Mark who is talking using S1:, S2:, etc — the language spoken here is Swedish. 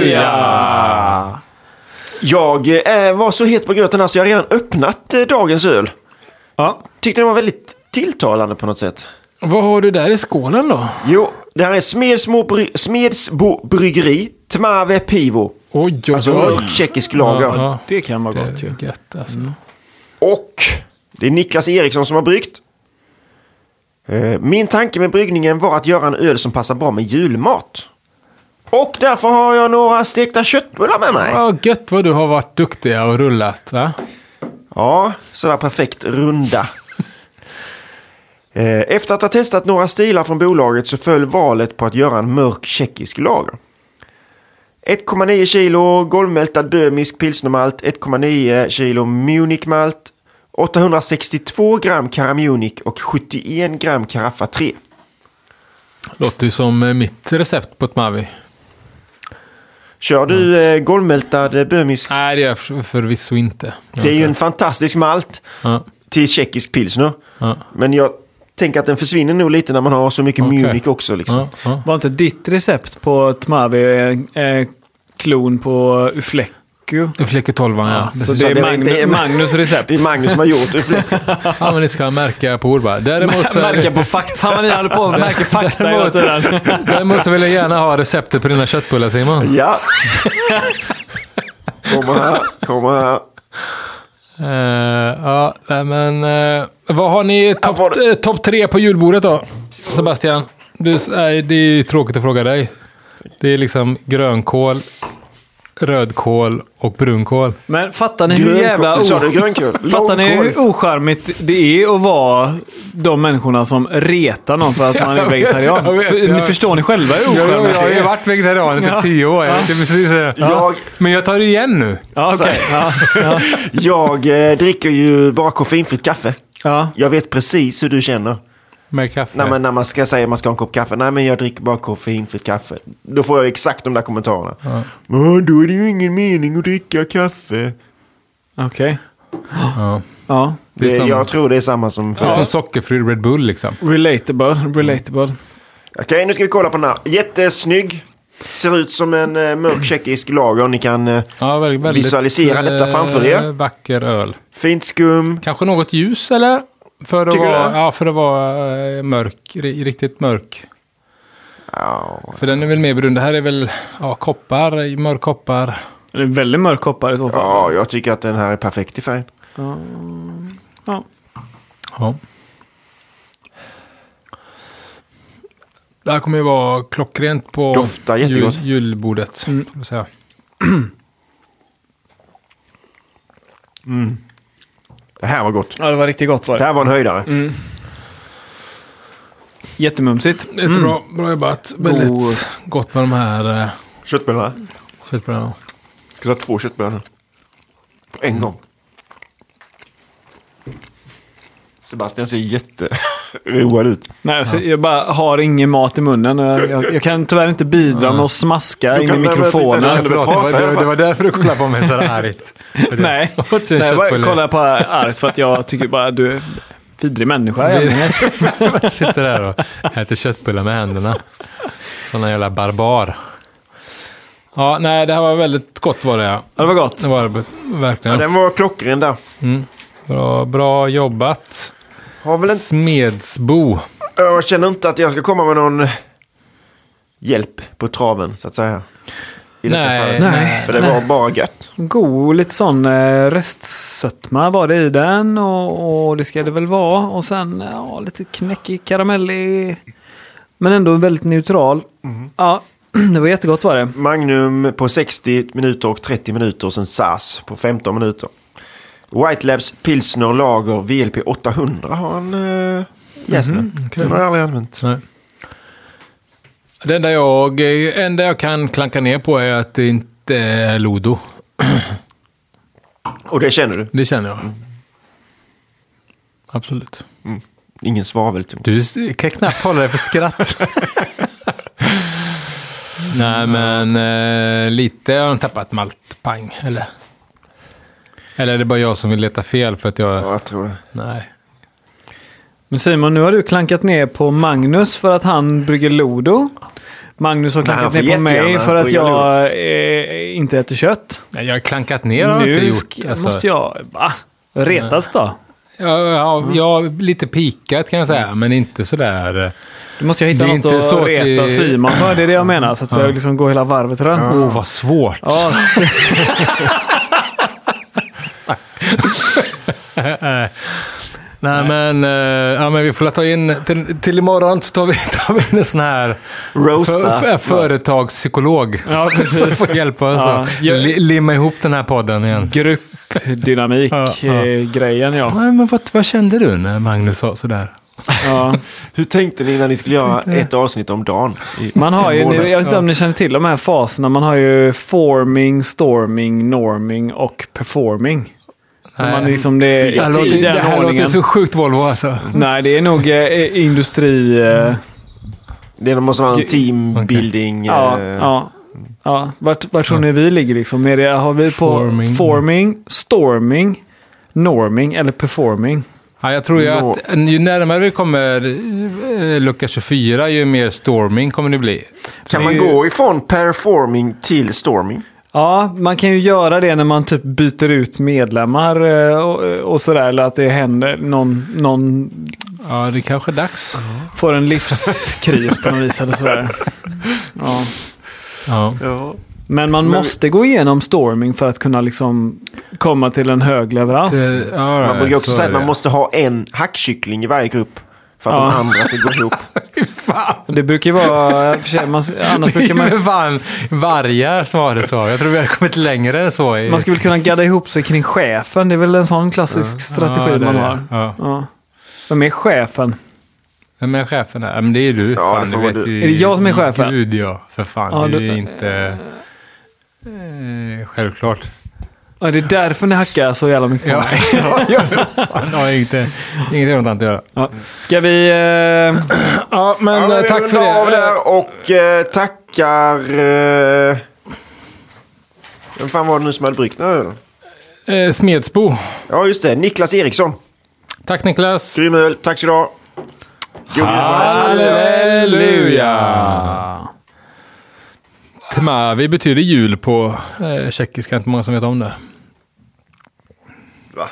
S1: Halleluja!
S2: Jag eh, var så het på gröten här så jag har redan öppnat eh, dagens öl.
S1: Ja.
S2: Tyckte den var väldigt tilltalande på något sätt.
S1: Vad har du där i skålen då?
S2: Jo, det här är Smedsmo bry- Smedsbo bryggeri, Tmave Pivo.
S1: Oj, oj,
S2: Alltså
S1: oj.
S2: mörk tjeckisk lager.
S1: Ja,
S3: Det kan vara
S1: det
S3: gott
S1: är
S3: ju. Mm.
S1: ju gött alltså.
S2: Och det är Niklas Eriksson som har bryggt. Eh, Min tanke med bryggningen var att göra en öl som passar bra med julmat. Och därför har jag några stekta köttbullar med mig.
S1: Ja, gött vad du har varit duktiga och rullat va?
S2: Ja, sådär perfekt runda. Eh, Efter att ha testat några stilar från bolaget så föll valet på att göra en mörk tjeckisk lager. 1,9 kilo golvmältad böhmisk pilsnermalt, 1,9 kilo Munichmalt, 862 gram Karamunic och 71 gram Karaffa 3.
S1: Låter ju som eh, mitt recept på ett Mavi.
S2: Kör du
S1: Mm.
S2: eh, golvmältad böhmisk?
S1: Nej, det gör jag för- förvisso inte.
S2: Det är ju en fantastisk malt
S1: Ja,
S2: till tjeckisk pilsner.
S1: ja,
S2: Men jag tänker att den försvinner nog lite när man har så mycket
S1: Okej.
S2: Munich också. Liksom.
S1: ja, ja.
S3: Var inte ditt recept på Tmavi eh, eh, klon på Ufleku?
S1: Fläcker 12 ja.
S3: så det är,
S2: det var
S3: Magnu-
S2: inte-
S3: Magnus recept.
S2: Det är Magnus som har gjort det.
S1: Ja, men det ska jag märka på ord bara. Däremot så,
S3: Märka på fakta. Fan vad ni håller på och märker fakta hela tiden.
S1: däremot så vill jag gärna ha receptet på dina köttbullar Simon.
S2: Ja. Kommer här, kommer här.
S1: Eh, ja, nej, men eh, vad har ni topp
S2: var det-
S1: eh, topp tre på julbordet då? Sebastian? Du, s- nej, det är ju tråkigt att fråga dig. Det är liksom grönkål, rödkål och brunkål.
S3: Men fattar ni hur
S2: Grönkål.
S3: jävla...
S2: Sa du
S3: o-
S2: grönkål?
S3: Fattar ni
S2: Långkål.
S3: hur ocharmigt det är att vara de människorna som retar någon för att man är
S1: Jag vet,
S3: vegetarian?
S1: jag vet,
S3: För-
S1: jag
S3: ni
S1: vet.
S3: förstår ni själva hur
S1: Jag, jag,
S3: ocharmigt
S1: har
S3: det
S1: ju
S3: är?
S1: varit vegetarian i typ
S3: Ja.
S1: tio år. Det är precis, det.
S2: Jag,
S1: Men jag tar det igen nu.
S3: Ja, okej. Ja,
S2: jag eh, dricker ju bara koffeinfritt kaffe.
S3: ja.
S2: Jag vet precis hur du känner.
S1: Med kaffe.
S2: När man, när man ska säga att man ska ha en kopp kaffe. Nej, men jag dricker bara koffeinfritt kaffe. Då får jag exakt de där kommentarerna. Men då är det ju ingen mening att dricka kaffe.
S3: Okej.
S1: ja.
S3: Ja.
S1: Det är
S2: Det,
S1: som-
S2: jag tror det är samma som
S1: Det är
S2: förut.
S1: som sockerfri Red Bull liksom.
S3: Relatable. Relatable.
S2: Okej, nu ska vi kolla på den här. Jättesnygg. Ser ut som en eh, mörk tjeckisk lager. Ni kan eh,
S1: Ja, vä- väldigt,
S2: Visualisera detta
S1: eh,
S2: framför er.
S1: Vacker öl.
S2: fint skum.
S1: Kanske något ljus eller? För att
S2: Tycker du
S1: vara,
S2: det?
S1: ja, för att vara eh, mörk, ri- riktigt mörk.
S2: Ja,
S1: För den är väl mer brun. Det här är väl ja, koppar, mörk koppar.
S3: Det är väldigt mörk koppar i så fall.
S2: ja, jag tycker att den här är perfekt i färg.
S3: Ja.
S1: Ja. Det här kommer ju vara klockrent på
S2: Doftar jättegott. Mm.
S1: jul, julbordet. får jag Säga.
S2: Det här var gott.
S3: Ja, det var riktigt gott var
S2: Det
S3: det.
S2: här var en höjdare.
S3: Jättemumsigt.
S1: Jättebra, bra jobbat. Väldigt gott med de här eh,
S2: Köttbullarna.
S1: köttbullarna.
S2: Ska ta två köttbullar nu. På en gång. Sebastian ser jätteroad ut.
S3: Nej, alltså, jag bara har ingen mat i munnen. Jag, jag, jag kan tyvärr inte bidra med att smaska
S2: Du
S3: in i
S2: kan- nej, men titta, du
S3: mikrofonen.
S2: kan-
S1: Nej, förlåt, det, var, det, var, det var därför du kollade på mig så här argt.
S3: Nej,
S1: Jag åt en
S3: Nej, jag bara
S1: köttbulle.
S3: kollar på argt för att jag tycker bara du är en vidrig människa.
S1: Nej, Jag sitter där och äter köttbullar med händerna. Sån här jävla barbar. Ja, nej, det här var väldigt gott var det. ja.
S3: Ja, det var gott.
S1: Det var det
S2: Ja,
S1: verkligen.
S2: den var klockren där.
S1: Bra, bra jobbat.
S2: Har väl en...
S1: Smedsbo.
S2: Jag känner inte att jag ska komma med någon hjälp på traven, så att säga. I detta
S1: Nej,
S2: fallet.
S3: nej,
S2: För det var bara gött.
S3: God, lite sån eh, restsötma var det i den och, och det ska det väl vara. Och sen ja, lite knäckig, karamellig. Men ändå väldigt neutral.
S2: Mm.
S3: Ja, det var jättegott var det.
S2: Magnum på 60 minuter och 30 minuter och sen SAS på 15 minuter. White Labs Pilsner Lager VLP 800 har han eh, jäst med.
S1: okej.
S2: Den har jag aldrig använt.
S1: Nej. Det enda jag, eh, enda jag kan klanka ner på är att det inte är Lodo.
S2: Och det känner du?
S1: Det känner jag. Absolut.
S2: Ingen svavel typ.
S1: Du kan knappt hålla dig för skratt. Nej, men eh, lite har de tappat maltpang, eller? Eller är det bara jag som vill leta fel för att jag...
S2: Ja, jag tror det.
S1: Nej.
S3: Men Simon, nu har du klankat ner på Magnus för att han brygger Lodo. Magnus har
S2: han
S3: knackat
S2: får
S3: ner på mig
S2: jättegärna
S3: för att
S2: brygga
S3: jag eh, inte äter kött.
S1: Nej, Jag har klankat ner har jag inte
S3: nu
S1: gjort.
S3: ska-
S1: Alltså.
S3: måste jag... Va? Retas då?
S1: Ja, ja, jag har lite pikat kan jag säga, men inte sådär... eh,
S3: Då måste jag hitta
S1: Det är
S3: något
S1: inte
S3: att
S1: så att
S3: reta
S1: vi-
S3: Simon för. Det är det jag menar. Så att
S1: Ja.
S3: jag liksom går hela varvet runt.
S1: Åh, vad svårt.
S3: Ja, så-
S1: Nej, men, eh, ja, men vi får väl ta in... Till, till imorgon så tar vi, tar vi in en sån här för,
S2: Roasta.
S1: för, företagspsykolog.
S3: ja,
S1: Som
S3: precis.
S1: får hjälpa oss
S3: Ja,
S1: att
S3: jag-
S1: li, limma ihop den här podden igen. Ja, ja.
S3: Gruppdynamik-grejen, eh, ja.
S1: Nej, men vad, vad kände du när Magnus sa sådär?
S3: ja.
S2: Hur tänkte ni när ni skulle göra ett avsnitt om dagen? I-
S3: Man har ju,
S2: i
S3: nu,
S2: månaden?
S3: jag vet inte om ni känner till de här faserna. Man har ju forming, storming, norming och performing.
S1: Nej.
S3: Nej. Man liksom det, är
S1: Det här,
S2: i
S1: låter,
S3: den
S1: det här låter
S3: ordningen.
S1: så sjukt Volvo alltså.
S3: Nej, det är nog eh, industri...
S1: Mm.
S3: Eh,
S2: Det måste vara en teambuilding.
S3: ja,
S2: eh,
S3: ja, ja. Vart, vart tror ni vi ligger liksom? Är det, har vi på
S1: Forming.
S3: forming. storming, norming eller performing?
S1: Ja, jag tror ju
S2: Nå-
S1: att ju närmare vi kommer eh, lucka 24 ju mer storming kommer det bli.
S2: Kan
S3: det
S2: man
S3: är ju-
S2: gå ifrån performing till storming?
S3: Ja, man kan ju göra det när man typ byter ut medlemmar eh, och, och sådär. Eller att det händer någon, någon
S1: Ja, det kanske är dags.
S3: får en livskris på något vis eller sådär. Ja.
S1: Ja.
S2: Ja.
S3: Men man
S2: Men-
S3: måste gå igenom storming för att kunna liksom komma till en hög leverans.
S1: Det- ja,
S2: Man brukar också
S1: så
S2: säga
S1: är
S2: att
S1: det.
S2: man måste ha en hackkyckling i varje grupp. För att
S3: Ja.
S2: de andra ska gå ihop.
S1: Fan,
S3: Det brukar ju vara... för sig, man, annars
S1: det
S3: brukar
S1: är
S3: man...
S1: ju fan vargar som har det så. Jag tror vi har kommit längre än så. I,
S3: Man skulle väl kunna gadda ihop sig kring chefen. Det är väl en sån klassisk strategi
S1: Ja, det är
S3: man
S1: det.
S3: har.
S1: Ja.
S3: Ja. Vem är chefen?
S1: Vem är chefen här? Ja, Men det är ju du.
S2: Ja,
S1: fan,
S2: det får
S1: du
S2: vara
S1: vet
S2: du.
S1: ju-
S3: Är det jag som är chefen?
S1: Gud ja, för fan.
S3: Ja,
S1: det är
S3: du-
S1: ju inte... Eh, självklart.
S3: Ja, det är därför ni hackar så jävla mycket. på
S1: Ja,
S3: mig.
S1: ja, ja, fan, det har ju inte, inget med att göra.
S3: Ja. Ska vi... Eh,
S1: Ja, men
S2: Ja,
S1: eh,
S2: vi
S1: tack för
S2: rundar
S1: det.
S2: Av där och eh, tackar... Eh, vem fan var det nu som hade bryggt den här ölen?
S1: Eh, Smedsbo.
S2: Ja, just det. Niklas Eriksson.
S1: Tack Niklas.
S2: Grym öl. Tack så du ha. God jul på dig.
S1: Halleluja! Tmavi betyder jul på eh, tjeckiska. Inte många som vet om det.
S2: Va?